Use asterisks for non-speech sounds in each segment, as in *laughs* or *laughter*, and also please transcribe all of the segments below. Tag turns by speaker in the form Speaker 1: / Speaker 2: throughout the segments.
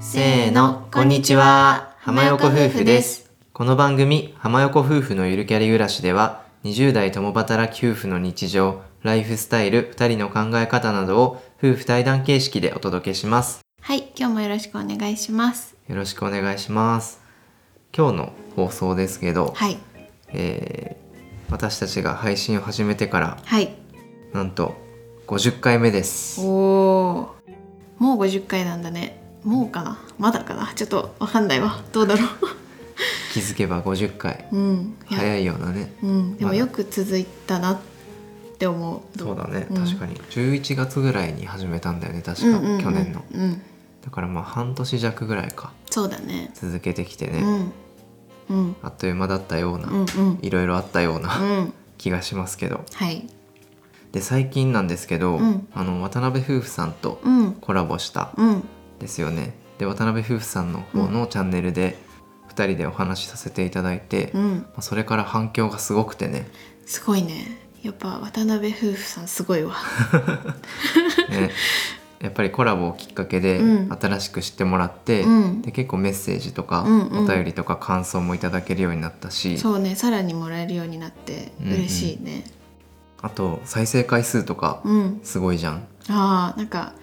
Speaker 1: せーの、こんにちは。浜横夫婦です。
Speaker 2: この番組「浜横夫婦のゆるキャリ暮らし」では20代共働き夫婦の日常ライフスタイル2人の考え方などを夫婦対談形式でお届けします
Speaker 1: はい、今日もよろしくお願いします。
Speaker 2: よろしくお願いします今日の放送ですけど、
Speaker 1: はい、
Speaker 2: えー私たちが配信を始めてから
Speaker 1: はい。
Speaker 2: なんと50回目です
Speaker 1: おー。もう50回なんだね。もうかなまだかなちょっとわかんないわ。どうだろ
Speaker 2: 気づけば50回
Speaker 1: *laughs* う。うん。いや
Speaker 2: 早いようなね
Speaker 1: うん。でも
Speaker 2: まだ
Speaker 1: よく続いたなって思う。
Speaker 2: そうだね、
Speaker 1: うん
Speaker 2: 確かに11月ぐらいに始めたんだよね確
Speaker 1: うん
Speaker 2: か、
Speaker 1: うんうん
Speaker 2: 去年の
Speaker 1: うん。
Speaker 2: だからまあ半年弱ぐらいか
Speaker 1: そうだね。
Speaker 2: 続けてきてね、
Speaker 1: うん。うん。
Speaker 2: あっという間だったような、
Speaker 1: うんうん。
Speaker 2: いろいろあったような、
Speaker 1: うん。
Speaker 2: 気がしますけど
Speaker 1: はい。
Speaker 2: で最近なんですけど、
Speaker 1: うん
Speaker 2: あの渡辺夫婦さんと
Speaker 1: うん。
Speaker 2: コラボした
Speaker 1: うん。
Speaker 2: ですよねで渡辺夫婦さんの方のチャンネルで2人でお話しさせていただいて、
Speaker 1: う
Speaker 2: ま
Speaker 1: ん。
Speaker 2: あそれから反響がすごくてね
Speaker 1: すごいね。やっぱ渡辺夫婦さんすごいわ。
Speaker 2: ねやっぱりコラボをきっかけで
Speaker 1: うん
Speaker 2: 新しく知ってもらって、
Speaker 1: うん
Speaker 2: で結構メッセージとか、
Speaker 1: うんうん
Speaker 2: お便りとか感想もいただけるようになったし
Speaker 1: そうね、さらにもらえるようになって嬉しいね。
Speaker 2: あと再生回数とか
Speaker 1: うん、
Speaker 2: すごいじゃん。
Speaker 1: ああ、なんか。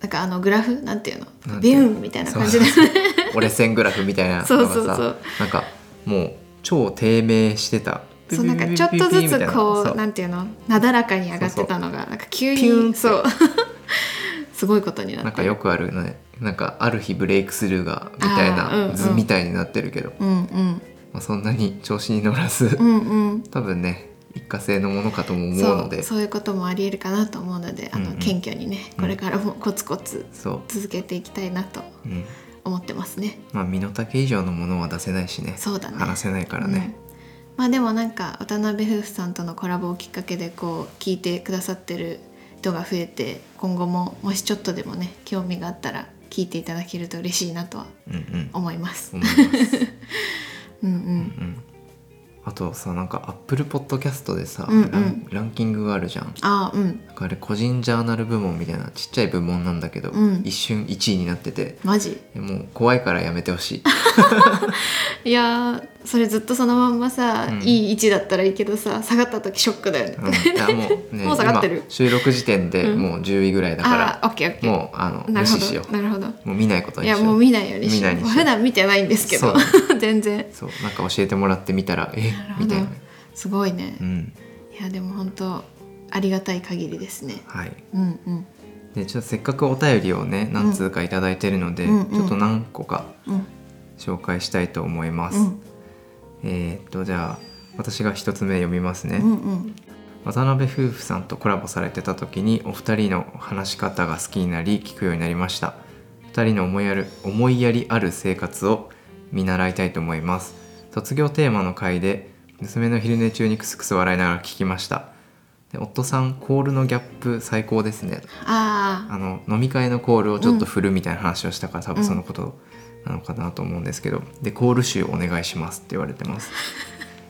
Speaker 1: なんかあのグラフなんていう
Speaker 2: な
Speaker 1: の
Speaker 2: んて
Speaker 1: ビ
Speaker 2: いうの
Speaker 1: ューンみたいな感じで
Speaker 2: そう *laughs* 折れ線グラフみたいなのがさ
Speaker 1: そうそうそう
Speaker 2: なんかもう超低迷してた
Speaker 1: そうなんかちょっとずつこう
Speaker 2: な
Speaker 1: なんんていうのなだらかに上がってたのがなんか急
Speaker 2: ピュンっ
Speaker 1: に
Speaker 2: て
Speaker 1: そうすごいことになって
Speaker 2: なんかよくあるねなんかある日ブレイクスルーがみたい
Speaker 1: あーうんう
Speaker 2: なん図みたいになってるけど、
Speaker 1: うんうん
Speaker 2: まあ、そんなに調子に乗らず、
Speaker 1: うんうん
Speaker 2: 多分ね一過性のものかとも思
Speaker 1: そう
Speaker 2: の
Speaker 1: う
Speaker 2: でそう
Speaker 1: そういうこともありえるかなと思うのであの、
Speaker 2: うんうん
Speaker 1: 謙虚にねこれからもコツコツ続けていきたいなと
Speaker 2: うん、
Speaker 1: 思ってますね。
Speaker 2: まあ身の丈以上のものは出せないしね
Speaker 1: そうだね
Speaker 2: 話せないからね、
Speaker 1: うんまあでもなんか渡辺夫婦さんとのコラボをきっかけでこう聞いてくださってる人が増えて今後ももしちょっとでもね興味があったら聞いていただけると嬉しいなとは
Speaker 2: うん、うん
Speaker 1: 思います。
Speaker 2: 思います、
Speaker 1: うんう
Speaker 2: うん
Speaker 1: ん、
Speaker 2: うん、 *laughs* あとさなんかアップルポッドキャストでさ、
Speaker 1: うんうん
Speaker 2: ランランキングがあるじゃん
Speaker 1: ああうん
Speaker 2: なんかあれ個人ジャーナル部門みたいなちっちゃい部門なんだけど、
Speaker 1: うん
Speaker 2: 一瞬1位になってて
Speaker 1: マジ
Speaker 2: もう怖いからやめてほし
Speaker 1: *laughs*
Speaker 2: い
Speaker 1: いやーそれずっとそのまんまさ、
Speaker 2: うん
Speaker 1: いい位置だったらいいけどさ下がった時ショックだよね。
Speaker 2: うんいやもう
Speaker 1: *laughs*
Speaker 2: ね
Speaker 1: もう下がってる
Speaker 2: 今収録時点で
Speaker 1: うん
Speaker 2: もう10位ぐらいだ
Speaker 1: *laughs*
Speaker 2: か
Speaker 1: ああオッケーオッ
Speaker 2: ら、
Speaker 1: ケー。
Speaker 2: もうあ
Speaker 1: な
Speaker 2: の無
Speaker 1: るほ
Speaker 2: 視しよ
Speaker 1: どなるほど。
Speaker 2: うもう見ないこと
Speaker 1: い
Speaker 2: にしよ
Speaker 1: や
Speaker 2: う
Speaker 1: もう見ないようにし
Speaker 2: 見な
Speaker 1: よ
Speaker 2: いうにしよう
Speaker 1: 普段見てないんですけど *laughs* 全然
Speaker 2: そうなんか教えてもらってみたらえ
Speaker 1: なるほど
Speaker 2: みたいな
Speaker 1: すごいね
Speaker 2: う。ん
Speaker 1: いやでも本当ありがたい限りですね。
Speaker 2: はい
Speaker 1: うんうん
Speaker 2: でちょっとせっかくお便りをね何通か頂いただいてるので、
Speaker 1: うんうん
Speaker 2: ちょっと何個か
Speaker 1: うん
Speaker 2: 紹介したいと思います、
Speaker 1: うん
Speaker 2: えーっとじゃあ私が一つ目読みますね、
Speaker 1: うんうん
Speaker 2: 渡辺夫婦さんとコラボされてた時にお二人の話し方が好きになり聞くようになりました二人の思いやる思いやりある生活を見習いたいと思います卒業テーマの回で娘の昼寝中にクスクス笑いながら聞きましたで夫さんコールのギャップ最高ですね
Speaker 1: ああ
Speaker 2: あの飲み会のコールをちょっと振るみたいな話をしたから、多分そのことなのかなと思うんですけどでコール集お願いしますって言われてます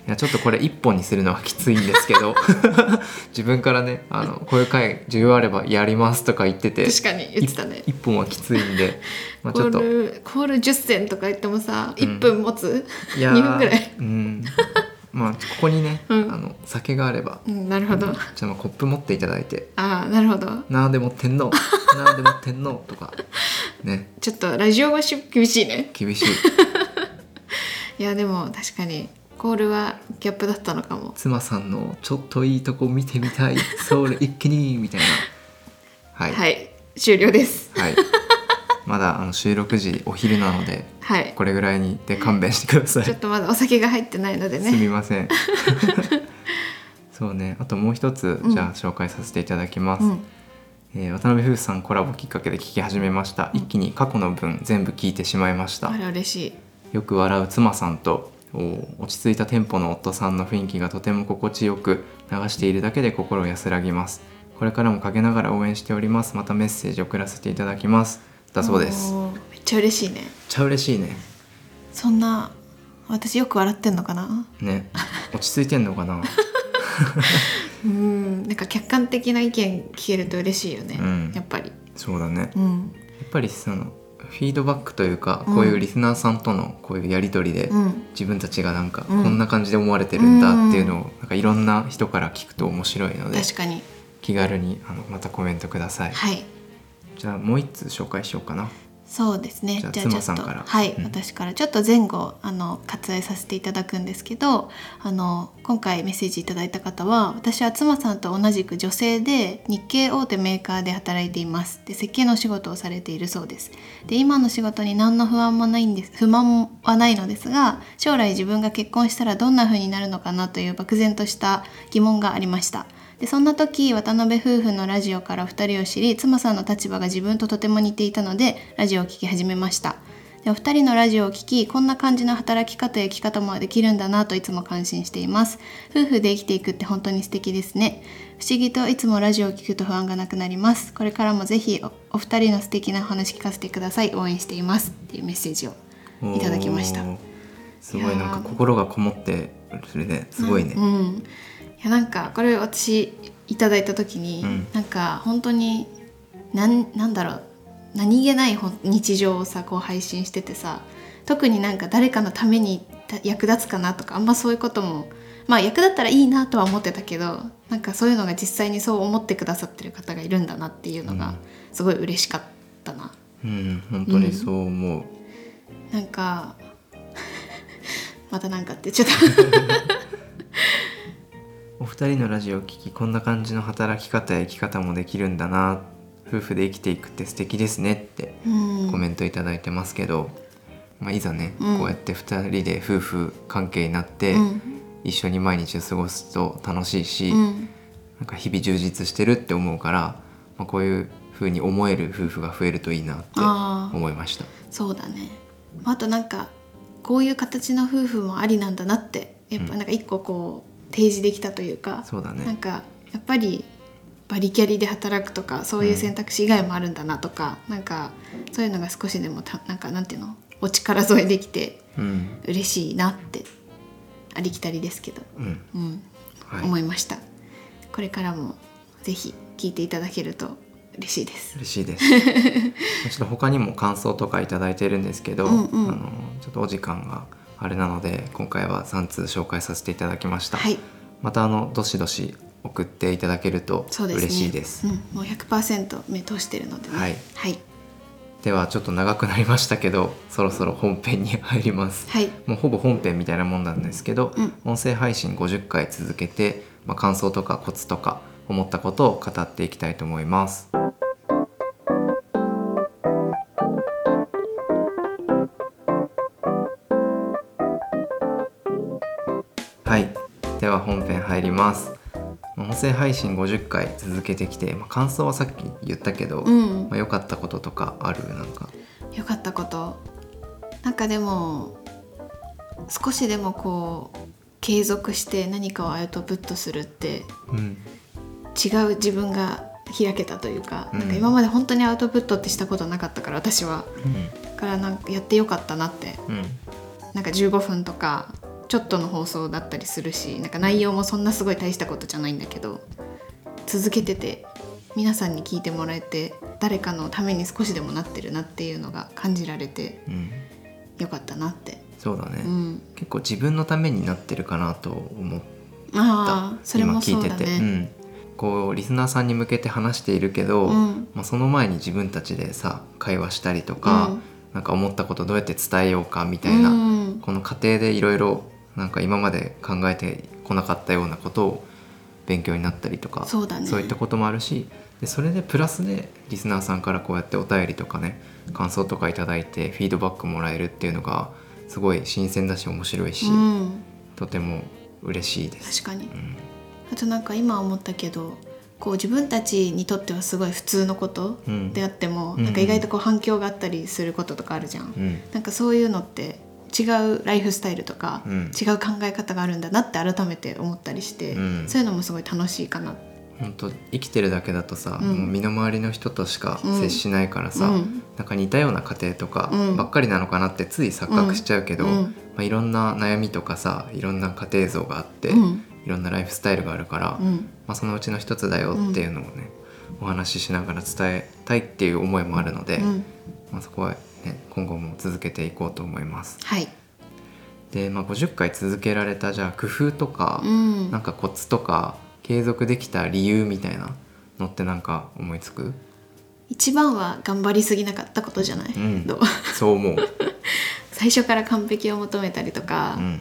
Speaker 2: いやちょっとこれ一本にするのはきついんですけ
Speaker 1: *laughs*
Speaker 2: ど自分からねあのこういう回需要あればやりますとか言ってて
Speaker 1: 確かに言ってたね
Speaker 2: い。一本はきつい
Speaker 1: *laughs*
Speaker 2: んで、まあ、
Speaker 1: コ
Speaker 2: ちょっ
Speaker 1: ー
Speaker 2: と
Speaker 1: ルコール10銭とか言ってもさ
Speaker 2: うん
Speaker 1: 1分持つ、
Speaker 2: いやー
Speaker 1: 2分ぐらい
Speaker 2: うんまあここにね、
Speaker 1: うん
Speaker 2: あの酒があれば
Speaker 1: うんなるほど、あ
Speaker 2: じゃあまあコップ持っていただいて
Speaker 1: あなるほど
Speaker 2: 「なんで持ってんのなんで持ってんの?」とかね
Speaker 1: ちょっとラジオ越し厳しいね
Speaker 2: 厳しい
Speaker 1: いやでも確かにコールはギャップだったのかも
Speaker 2: 妻さんのちょっといいとこ見てみ
Speaker 1: *laughs*
Speaker 2: たいそれ一気にみたいなはい
Speaker 1: はい、終了です
Speaker 2: はいまだあの収録時お昼なので
Speaker 1: はい
Speaker 2: これぐらいにで勘弁してください、
Speaker 1: ちょっとまだお酒が入ってないのです
Speaker 2: み
Speaker 1: ね
Speaker 2: ま
Speaker 1: *laughs*
Speaker 2: せんそうねあともう一つ
Speaker 1: うん
Speaker 2: じゃあ紹介させていただきます、
Speaker 1: うん
Speaker 2: えー渡辺夫婦さんコラボきっかけで聞き始めました、一気に過去の分全部聞いてしまいました
Speaker 1: あら嬉しい
Speaker 2: よく笑う妻さんとお落ち着いたテンポの夫さんの雰囲気がとても心地よく流しているだけで心安らぎますこれからもかけながら応援しておりますまたメッセージ送らせていただきますだそうですめっ
Speaker 1: おーめっちゃ嬉しいね
Speaker 2: ちゃ嬉しいね
Speaker 1: そんな私よく笑ってんのかな
Speaker 2: ね落ち着いてんの
Speaker 1: *laughs*
Speaker 2: かな
Speaker 1: うんなんか客観的な意見聞けると嬉しいよね、
Speaker 2: うん
Speaker 1: やっぱり
Speaker 2: そうだねや
Speaker 1: うん
Speaker 2: っぱりそのフィードバックというか、
Speaker 1: うん
Speaker 2: こういうリスナーさんとのこういうやり取りで、
Speaker 1: うん
Speaker 2: 自分たちがなんかこ
Speaker 1: うん
Speaker 2: んな感じで思われてるんだっていうのをなんかいろんな人から聞くと面白いので
Speaker 1: 確かに
Speaker 2: 気軽にあのまたコメントください、
Speaker 1: はい
Speaker 2: じゃあもう一通紹介しようかな
Speaker 1: そうですね
Speaker 2: じゃあ
Speaker 1: じゃあちょっと
Speaker 2: 妻さんから
Speaker 1: はい、
Speaker 2: うん
Speaker 1: 私からちょっと前後あの割愛させていただくんですけどあの今回メッセージいただいた方は私は妻さんと同じく女性で日系大手メーカーで働いていますで設計のお仕事をされているそうですで今の仕事に何の不安もないんです不満はないのですが将来自分が結婚したらどんな風になるのかなという漠然とした疑問がありましたでそんな時渡辺夫婦のラジオからお二人を知り妻さんの立場が自分ととても似ていたのでラジオを聴き始めましたでお二人のラジオを聞きこんな感じの働き方や生き方もできるんだなといつも感心しています夫婦で生きていくって本当に素敵ですね不思議といつもラジオを聞くと不安がなくなりますこれからもぜひおお二人の素敵なお話聞かせてください応援していますっていうメッセージを *laughs* いただきました
Speaker 2: おーすご
Speaker 1: い
Speaker 2: い
Speaker 1: やー
Speaker 2: なんか心がこもってそれですごいね、
Speaker 1: うん、いやなんかこれ私いただいた時に、
Speaker 2: うん
Speaker 1: なんか本当になんなんだろう何気ないほん日常をさこう配信しててさ特になんか誰かのためにた役立つかなとかあんまそういうこともまあ役立ったらいいなとは思ってたけどなんかそういうのが実際にそう思ってくださってる方がいるんだなっていうの
Speaker 2: うん
Speaker 1: がすごい嬉しかったな。
Speaker 2: うん本当にそう思う、
Speaker 1: なん
Speaker 2: *laughs*
Speaker 1: かまたなんかってちょっと
Speaker 2: お二人のラジオを聞きこんな感じの働き方や生き方もできるんだな夫婦で生きていくって素敵ですねって
Speaker 1: うん
Speaker 2: コメントいただいてますけど、まあ、いざね、
Speaker 1: うん
Speaker 2: こうやって二人で夫婦関係になって、
Speaker 1: うん
Speaker 2: 一緒に毎日を過ごすと楽しいし、
Speaker 1: うん
Speaker 2: なんか日々充実してるって思うから、まあ、こういう風に思える夫婦が増えるといいなって
Speaker 1: あー
Speaker 2: 思いました
Speaker 1: そうだねあとなんかこういう形の夫婦もありなんだなってやっぱなんか一個こう提示できたというか、
Speaker 2: そう
Speaker 1: な
Speaker 2: だ
Speaker 1: ん
Speaker 2: ね
Speaker 1: かやっぱりバリキャリで働くとかそういう選択肢以外もあるんだなとか、なんかそういうのが少しでもたなんかなんていうのお力添えできて
Speaker 2: うん
Speaker 1: 嬉しいなってありきたりですけど、
Speaker 2: うん
Speaker 1: うん
Speaker 2: は
Speaker 1: 思
Speaker 2: い
Speaker 1: いましたこれからもぜひ聞いていただけると嬉しいです
Speaker 2: 嬉しいです
Speaker 1: *laughs*
Speaker 2: ちょっと他にも感想とか頂いただいてるんですけど、
Speaker 1: うんうん
Speaker 2: あのちょっとお時間があれなので今回は3通紹介させていただきました、
Speaker 1: はい
Speaker 2: またあのどしどし送っていただけると
Speaker 1: そうですね
Speaker 2: 嬉しいです
Speaker 1: うん、もう100%目通してるのでね
Speaker 2: はい
Speaker 1: はい、
Speaker 2: ではちょっと長くなりましたけどそろそろ本編に入ります
Speaker 1: はい
Speaker 2: もうほぼ本編みたいなもんなんですけど、
Speaker 1: うん
Speaker 2: 音声配信50回続けて、まあ、感想とかコツとか思ったことを語っていきたいと思います。はい、では本編入ります。音声配信50回続けてきて、まあ、感想はさっき言ったけど、
Speaker 1: うん
Speaker 2: まあ、良かったこととかあるなんか。
Speaker 1: 良かったことなんかでも少しでもこう継続して何かをアウトプットするって
Speaker 2: うん、
Speaker 1: 違う自分が開けたというか,、
Speaker 2: うん
Speaker 1: なんか今まで本当にアウトプットってしたことなかったから私は
Speaker 2: う
Speaker 1: だからなんかやってよかったなって
Speaker 2: ん、うん、
Speaker 1: なんか15分とかちょっとの放送だったりするしなんか内容もそんなすごい大したことじゃないんだけど続けてて皆さんに聞いてもらえて誰かのために少しでもなってるなっていうのが感じられて
Speaker 2: うん、
Speaker 1: よかったなって、
Speaker 2: そうだね。
Speaker 1: うん、
Speaker 2: 結構自分のためになってるかなと思った
Speaker 1: ああそれ
Speaker 2: 今
Speaker 1: も
Speaker 2: 聞
Speaker 1: そう
Speaker 2: いて
Speaker 1: だ
Speaker 2: て、
Speaker 1: ね。
Speaker 2: ん、こうリスナーさんに向けて話しているけど、
Speaker 1: うん
Speaker 2: まあ、その前に自分たちでさ会話したりとか、
Speaker 1: うん
Speaker 2: なんか思ったことどうやって伝えようかみ
Speaker 1: う
Speaker 2: たいな、
Speaker 1: ん
Speaker 2: この過程でいろいろなんか今まで考えてこなかったようなことを勉強になったりとか
Speaker 1: そうだね
Speaker 2: いったこともあるしでそれでプラスでリスナーさんからこうやってお便りとかね感想とかいただいてフィードバックもらえるっていうのがすごい新鮮だし面白いし、
Speaker 1: うん、
Speaker 2: とても嬉しいです。
Speaker 1: 確かに
Speaker 2: うん
Speaker 1: あとなんか今思ったけどこう自分たちにとってはすごい普通のこと
Speaker 2: うん
Speaker 1: であっても、
Speaker 2: うん
Speaker 1: なんか意外とこう反響があったりすることとかあるじゃん
Speaker 2: う、ん
Speaker 1: なんかそういうのって違うライフスタイルとか、
Speaker 2: うん
Speaker 1: 違う考え方があるんだなって改めて思ったりして、
Speaker 2: うん
Speaker 1: そういうのもすごい楽しいかな。
Speaker 2: 本当生きてるだけだとさ、
Speaker 1: うん
Speaker 2: もう身の回りの人としか接しないからさ、
Speaker 1: うん
Speaker 2: なんか似たような家庭とか
Speaker 1: うん
Speaker 2: ばっかりなのかなってつい錯覚しちゃうけど、
Speaker 1: うんうん
Speaker 2: まあ、いろんな悩みとかさいろんな家庭像があって、
Speaker 1: うん
Speaker 2: いろんなライフスタイルがあるから、
Speaker 1: う
Speaker 2: ま
Speaker 1: ん
Speaker 2: あ、そのうちの一つだよっていうのをね、お話ししながら伝えたいっていう思いもあるので、
Speaker 1: うん
Speaker 2: まあ、そこはね、今後も続けていこうと思います。
Speaker 1: はい、
Speaker 2: で、まあ、50回続けられたじゃあ工夫とか、
Speaker 1: うん
Speaker 2: なんかコツとか継続できた理由みたいなのってなんか思いつく
Speaker 1: 一番は頑張りすぎなかったことじゃない、
Speaker 2: うん
Speaker 1: どう *laughs*
Speaker 2: そう思う、
Speaker 1: 最初から完璧を求めたりとか、
Speaker 2: うん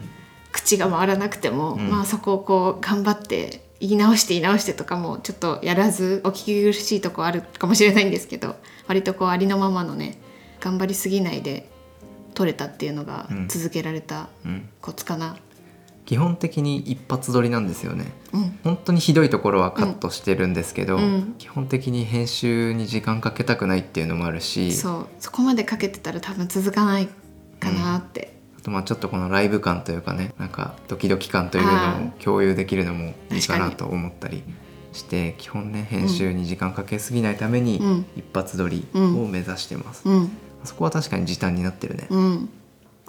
Speaker 1: 口が回らなくても、
Speaker 2: うん
Speaker 1: まあそこをこう頑張って言い直して言い直してとかもちょっとやらずお聞き苦しいとこあるかもしれないんですけど割とこうありのままのね頑張りすぎないで取れたっていうのが
Speaker 2: うん
Speaker 1: 続けられた
Speaker 2: うん、
Speaker 1: コツかな。
Speaker 2: 基本的に一発撮りなんですよね
Speaker 1: うん、
Speaker 2: 本当にひどいところはカットしてるんですけど、
Speaker 1: うんうん
Speaker 2: 基本的に編集に時間かけたくないっていうのもあるし
Speaker 1: そうそこまでかけてたら多分続かないかなって、
Speaker 2: あとまあちょっとこのライブ感というかねなんかドキドキ感というのを共有できるのもいいかな
Speaker 1: 確
Speaker 2: と思ったりして基本ね編集に時間かけすぎないために
Speaker 1: うん
Speaker 2: 一発撮りを目指してます、
Speaker 1: うん
Speaker 2: そこは確かに時短になってるね、
Speaker 1: うん、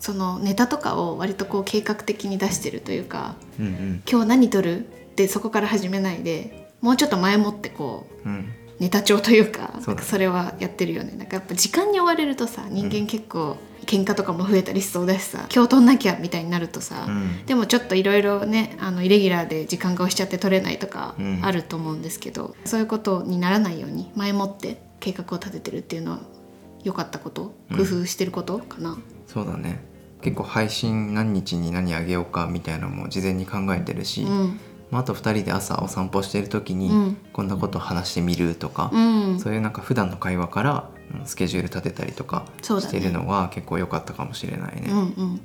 Speaker 1: そのネタとかを割とこう計画的に出してるというか
Speaker 2: うん、うん
Speaker 1: 今日何撮るってそこから始めないでもうちょっと前もってこう
Speaker 2: うん
Speaker 1: ネタ帳というか
Speaker 2: そうだね
Speaker 1: なんかそれはやってるよねなんかやっぱ時間に追われるとさ人間結構喧嘩とかも増えたりしそうだしさ今日撮んなきゃみたいになるとさ、
Speaker 2: うん
Speaker 1: でもちょっといろいろねあのイレギュラーで時間が押しちゃって撮れないとか
Speaker 2: うん
Speaker 1: あると思うんですけど、そういうことにならないように前もって計画を立ててるっていうのは良かったこと
Speaker 2: うん
Speaker 1: 工夫してることかな。
Speaker 2: そうだね結構配信何日に何あげようかみたいなのも事前に考えてるし、
Speaker 1: うん
Speaker 2: まあ、あと2人で朝お散歩してる時に、
Speaker 1: うん
Speaker 2: こんなこと話してみるとか、
Speaker 1: うん
Speaker 2: そういうなんか普段の会話からうんスケジュール立てたりとか
Speaker 1: そうだ
Speaker 2: し
Speaker 1: ね
Speaker 2: てるのは結構良かったかもしれないね。
Speaker 1: うんうん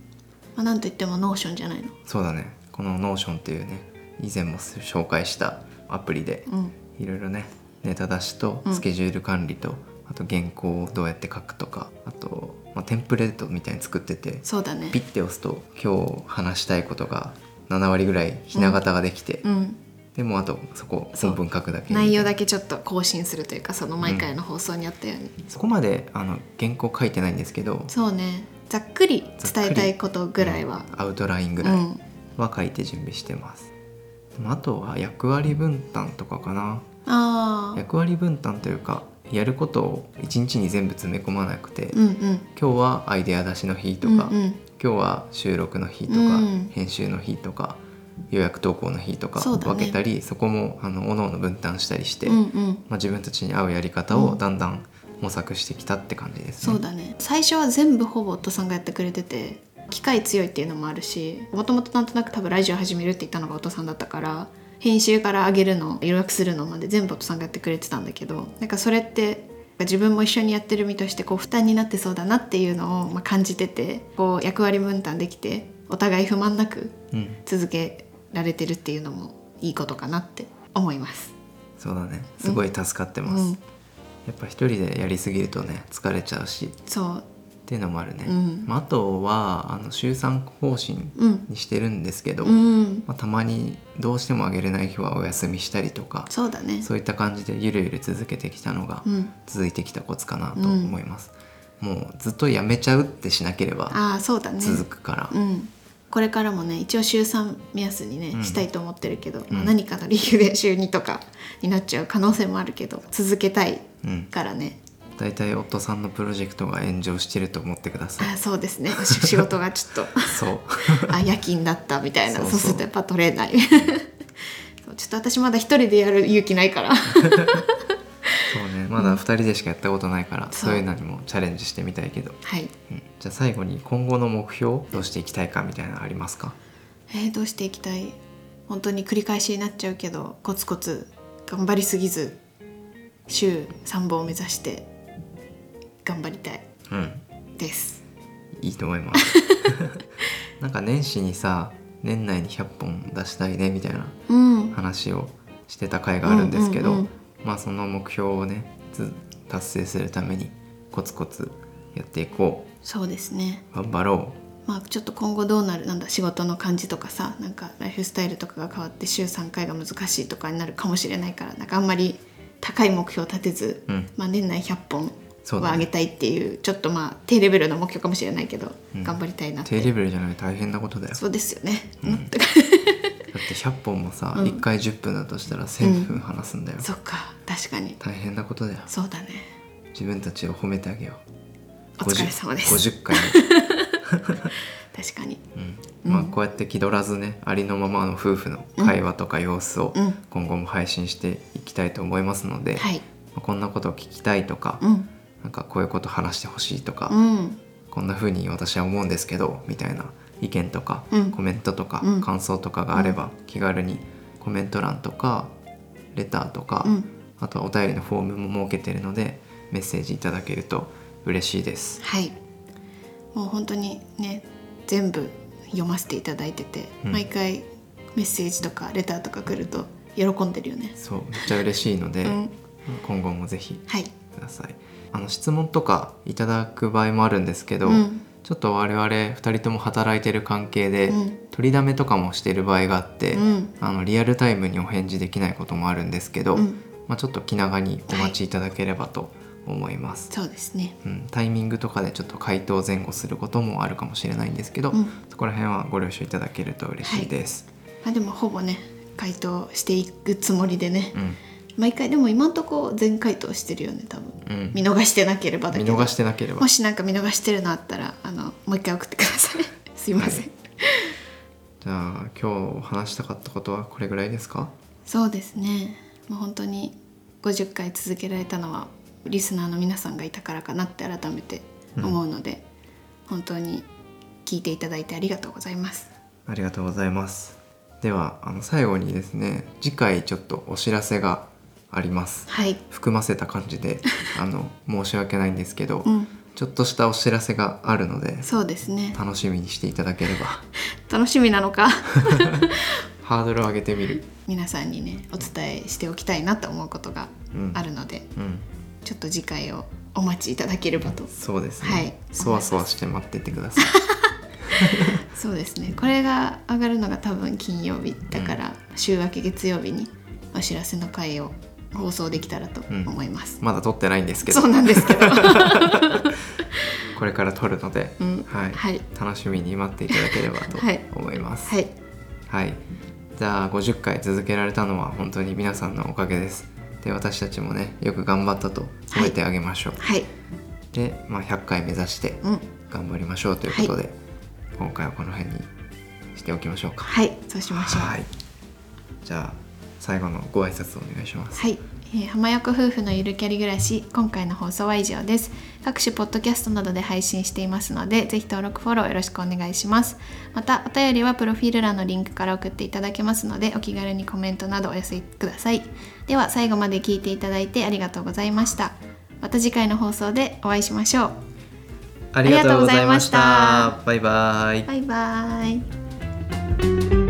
Speaker 1: まあ、なんといってもノーションじゃないの。
Speaker 2: そうだねこのノーションっていうね以前も紹介したアプリで
Speaker 1: うん
Speaker 2: いろいろねネタ出しと
Speaker 1: うん
Speaker 2: スケジュール管理と、あと原稿をどうやって書くとかあと、まあ、テンプレートみたいに作ってて
Speaker 1: そうだね
Speaker 2: ピッて押すと今日話したいことが7割ぐらいひな形ができて、
Speaker 1: うん、
Speaker 2: でもあとそこ
Speaker 1: そう
Speaker 2: 本文書くだけ
Speaker 1: 内容だけちょっと更新するというかその毎回の放送にあったように、
Speaker 2: そこまであの原稿書いてないんですけど
Speaker 1: そうねざっくり伝えたいことぐらいは
Speaker 2: うんアウトラインぐ
Speaker 1: う
Speaker 2: らい
Speaker 1: ん、
Speaker 2: は書いて準備してます、まああとは役割分担とかかな
Speaker 1: ああ
Speaker 2: 役割分担というかやることを一日に全部詰め込まなくて、
Speaker 1: うんうん
Speaker 2: 今日はアイデア出しの日とか、
Speaker 1: うんうん
Speaker 2: 今日は収録の日とか、
Speaker 1: うん
Speaker 2: 編集の日とか予約投稿の日とか
Speaker 1: そうだね
Speaker 2: 分けたりそ,、こもあのおのおの分担したりして、
Speaker 1: うん
Speaker 2: ま
Speaker 1: うん
Speaker 2: あ、自分たちに合うやり方をだんだん模索してきたって感じですね。
Speaker 1: そうだね最初は全部ほぼ夫さんがやってくれてて機械強いっていうのもあるしもともとなんとなく多分ラジオ始めるって言ったのが夫さんだったから編集から上げるの予約するのまで全部夫さんがやってくれてたんだけどなんかそれって自分も一緒にやってる身としてこう負担になってそうだなっていうのをまあ感じててこう役割分担できてお互い不満なく
Speaker 2: うん
Speaker 1: 続けられてるっていうのもいいことかなって思います。
Speaker 2: そうだねすごい助かって
Speaker 1: う
Speaker 2: ます、
Speaker 1: ん、
Speaker 2: やっぱ一人でやりすぎるとね疲れちゃうしっ
Speaker 1: そう、
Speaker 2: ていうのもあるね、
Speaker 1: うん
Speaker 2: まあ、あとはあの週3更新
Speaker 1: うん、
Speaker 2: にしてるんですけど、
Speaker 1: うん、
Speaker 2: まあ、たまにどうしてもあげれない日はお休みしたりとか
Speaker 1: そうだね。
Speaker 2: そういった感じでゆるゆる続けてきたのが
Speaker 1: うん、
Speaker 2: 続いてきたコツかなと思います、もうずっとやめちゃうってしなければ
Speaker 1: ああ、そうだね。
Speaker 2: 続くか
Speaker 1: う
Speaker 2: ら、
Speaker 1: ん、これからもね一応週3目安にね、
Speaker 2: うん
Speaker 1: したいと思ってるけど、まあ
Speaker 2: うん
Speaker 1: 何かの理由で週2とかになっちゃう可能性もあるけど続けたい
Speaker 2: うん、
Speaker 1: からね
Speaker 2: だいたい夫さんのプロジェクトが炎上してると思ってくだ
Speaker 1: *laughs*
Speaker 2: さ
Speaker 1: あ
Speaker 2: い
Speaker 1: そう
Speaker 2: *laughs*
Speaker 1: ですねし仕事がちょっと
Speaker 2: そう
Speaker 1: あ夜勤だったみたいなそ
Speaker 2: そ
Speaker 1: うう
Speaker 2: そう
Speaker 1: するとやっぱ取れない *laughs* そうちょっと私まだ一人でやる勇気ないから
Speaker 2: *laughs* そうねまだ2人でしかやったことないから、
Speaker 1: そう
Speaker 2: そういうのにもチャレンジしてみたいけど、
Speaker 1: はい、
Speaker 2: うんじゃあ最後に今後の目標どうしていきたいかみたいなのありますか
Speaker 1: えーどうしていきたい本当に繰り返しになっちゃうけどコツコツ頑張りすぎず週3本を目指して頑張りたい
Speaker 2: うん
Speaker 1: です
Speaker 2: いいと思います。 *laughs* なんか年始にさ年内に100本出したいねみたいな
Speaker 1: うん
Speaker 2: 話をしてた回があるんですけ
Speaker 1: う
Speaker 2: ど、
Speaker 1: んうんうん
Speaker 2: まあその目標をねつ達成するためにコツコツやっていこ
Speaker 1: そうですね
Speaker 2: う頑張ろ
Speaker 1: まあちょっと今後どうなるなんだ仕事の感じとかさなんかライフスタイルとかが変わって週3回が難しいとかになるかもしれないからなんかあんまり高い目標を立てず、
Speaker 2: うん
Speaker 1: まあ、年内100本
Speaker 2: そうだ
Speaker 1: は
Speaker 2: ね
Speaker 1: 上げたいっていうちょっとまあ低レベルの目標かもしれないけど、
Speaker 2: うん
Speaker 1: 頑張りたいな
Speaker 2: う
Speaker 1: って
Speaker 2: 低レベルじゃない大変なことだよ
Speaker 1: そうですよね、
Speaker 2: う
Speaker 1: *laughs*
Speaker 2: ん
Speaker 1: うんとか
Speaker 2: だって100本もさ、
Speaker 1: うん
Speaker 2: 1回10分だとしたら1000分話すんだよ、
Speaker 1: そっか確かに
Speaker 2: 大変なことだよ
Speaker 1: そうだね
Speaker 2: 自分たちを褒めてあげよ
Speaker 1: お疲れ様です
Speaker 2: 50回
Speaker 1: *laughs* 確かに
Speaker 2: 目、うん
Speaker 1: うん
Speaker 2: まあ、こうやって気取らずねありのままの夫婦の会話とか様子を
Speaker 1: うん
Speaker 2: 今後も配信していきたいと思いますので、ま
Speaker 1: はい
Speaker 2: あこんなことを聞きたいとか、
Speaker 1: うん
Speaker 2: なんかこういうこと話してほしいとか、
Speaker 1: うん
Speaker 2: こんな風に私は思うんですけどみたいな意見とか、
Speaker 1: うん
Speaker 2: コメントとか、
Speaker 1: うん
Speaker 2: 感想とかがあれば気軽にコメント欄とかレターとか、
Speaker 1: うん
Speaker 2: あとはお便りのフォームも設けてるのでメッセージいただけると嬉しいです。
Speaker 1: はいもう本当にね全部読ませていただいてて、
Speaker 2: うん
Speaker 1: 毎回メッセージとかレターとか来ると喜んでるよね、
Speaker 2: そうめっちゃ嬉しいので、
Speaker 1: うん
Speaker 2: 今後もぜひ
Speaker 1: はい
Speaker 2: ください。あの質問とかいただく場合もあるんですけど、
Speaker 1: うん
Speaker 2: ちょっと我々2人とも働いてる関係で、
Speaker 1: うん
Speaker 2: 取りだめとかもしてる場合があって、
Speaker 1: うん
Speaker 2: あのリアルタイムにお返事できないこともあるんですけど、
Speaker 1: うん
Speaker 2: まあ、ちょっと気長にお待ちいただければと思います、
Speaker 1: そうですね
Speaker 2: うん、タイミングとかでちょっと回答前後することもあるかもしれないんですけど、
Speaker 1: うん
Speaker 2: そこら辺はご了承いただけると嬉しいです、
Speaker 1: まあでもほぼね回答していくつもりでね、
Speaker 2: うん
Speaker 1: 毎回でも今んとこ全回答してるよね多分、
Speaker 2: うん
Speaker 1: 見逃してなければだけ
Speaker 2: 見
Speaker 1: ど
Speaker 2: 逃してなければ
Speaker 1: もしなんか見逃してるのあったらあのもう一回送ってください *laughs* すいません、
Speaker 2: はいじゃあ今日話したかったことはこれぐらいですか
Speaker 1: そうですねもう本当に50回続けられたのはリスナーの皆さんがいたからかなって改めて思うので、本当に聞いていただいてありがとうございます
Speaker 2: ありがとうございますではあの最後にですね次回ちょっとお知らせがあります
Speaker 1: はい
Speaker 2: 含ませた感じ
Speaker 1: *laughs*
Speaker 2: であの申し訳ないんですけど、
Speaker 1: うん
Speaker 2: ちょっとしたお知らせがあるので
Speaker 1: そうですね
Speaker 2: 楽しみにしていただけれ
Speaker 1: *laughs*
Speaker 2: ば
Speaker 1: 楽しみなの *laughs* か
Speaker 2: ハードルを上げてみる、
Speaker 1: 皆さんにねお伝えしておきたいなと思うことが
Speaker 2: うん、
Speaker 1: あるので、
Speaker 2: うん
Speaker 1: ちょっと次回をお待ちいただければと
Speaker 2: そうですね、
Speaker 1: はい
Speaker 2: そわそわして待っててく
Speaker 1: *laughs*
Speaker 2: ださい
Speaker 1: そうですねこれが上がるのが多分金曜日だから、週明け月曜日にお知らせの回を放送できたらと思います、
Speaker 2: まだ撮ってないんですけど
Speaker 1: そうなん
Speaker 2: *laughs*
Speaker 1: ですけど
Speaker 2: これから撮るので、
Speaker 1: うん
Speaker 2: はい
Speaker 1: はい
Speaker 2: 楽しみに待っていただければと
Speaker 1: はい
Speaker 2: 思います
Speaker 1: はい
Speaker 2: はい、じゃあ50回続けられたのは本当に皆さんのおかげですで私たちもねよく頑張ったと褒めてあげましょう、
Speaker 1: はい
Speaker 2: で、まあ、100回目指して
Speaker 1: うん
Speaker 2: 頑張りましょうということで、今回はこの辺にしておきましょうか
Speaker 1: はいそうしましょう
Speaker 2: はいじゃあ最後のご挨拶お願いします
Speaker 1: はい、えー浜横夫婦のゆるキャリ暮らし今回の放送は以上です各種ポッドキャストなどで配信していますのでぜひ登録フォローよろしくお願いしますまたお便りはプロフィール欄のリンクから送っていただけますのでお気軽にコメントなどお寄せくださいでは最後まで聞いていただいてありがとうございましたまた次回の放送でお会いしましょう
Speaker 2: あ
Speaker 1: りがとうございました
Speaker 2: りがとうございましたバイバイ
Speaker 1: バイバイ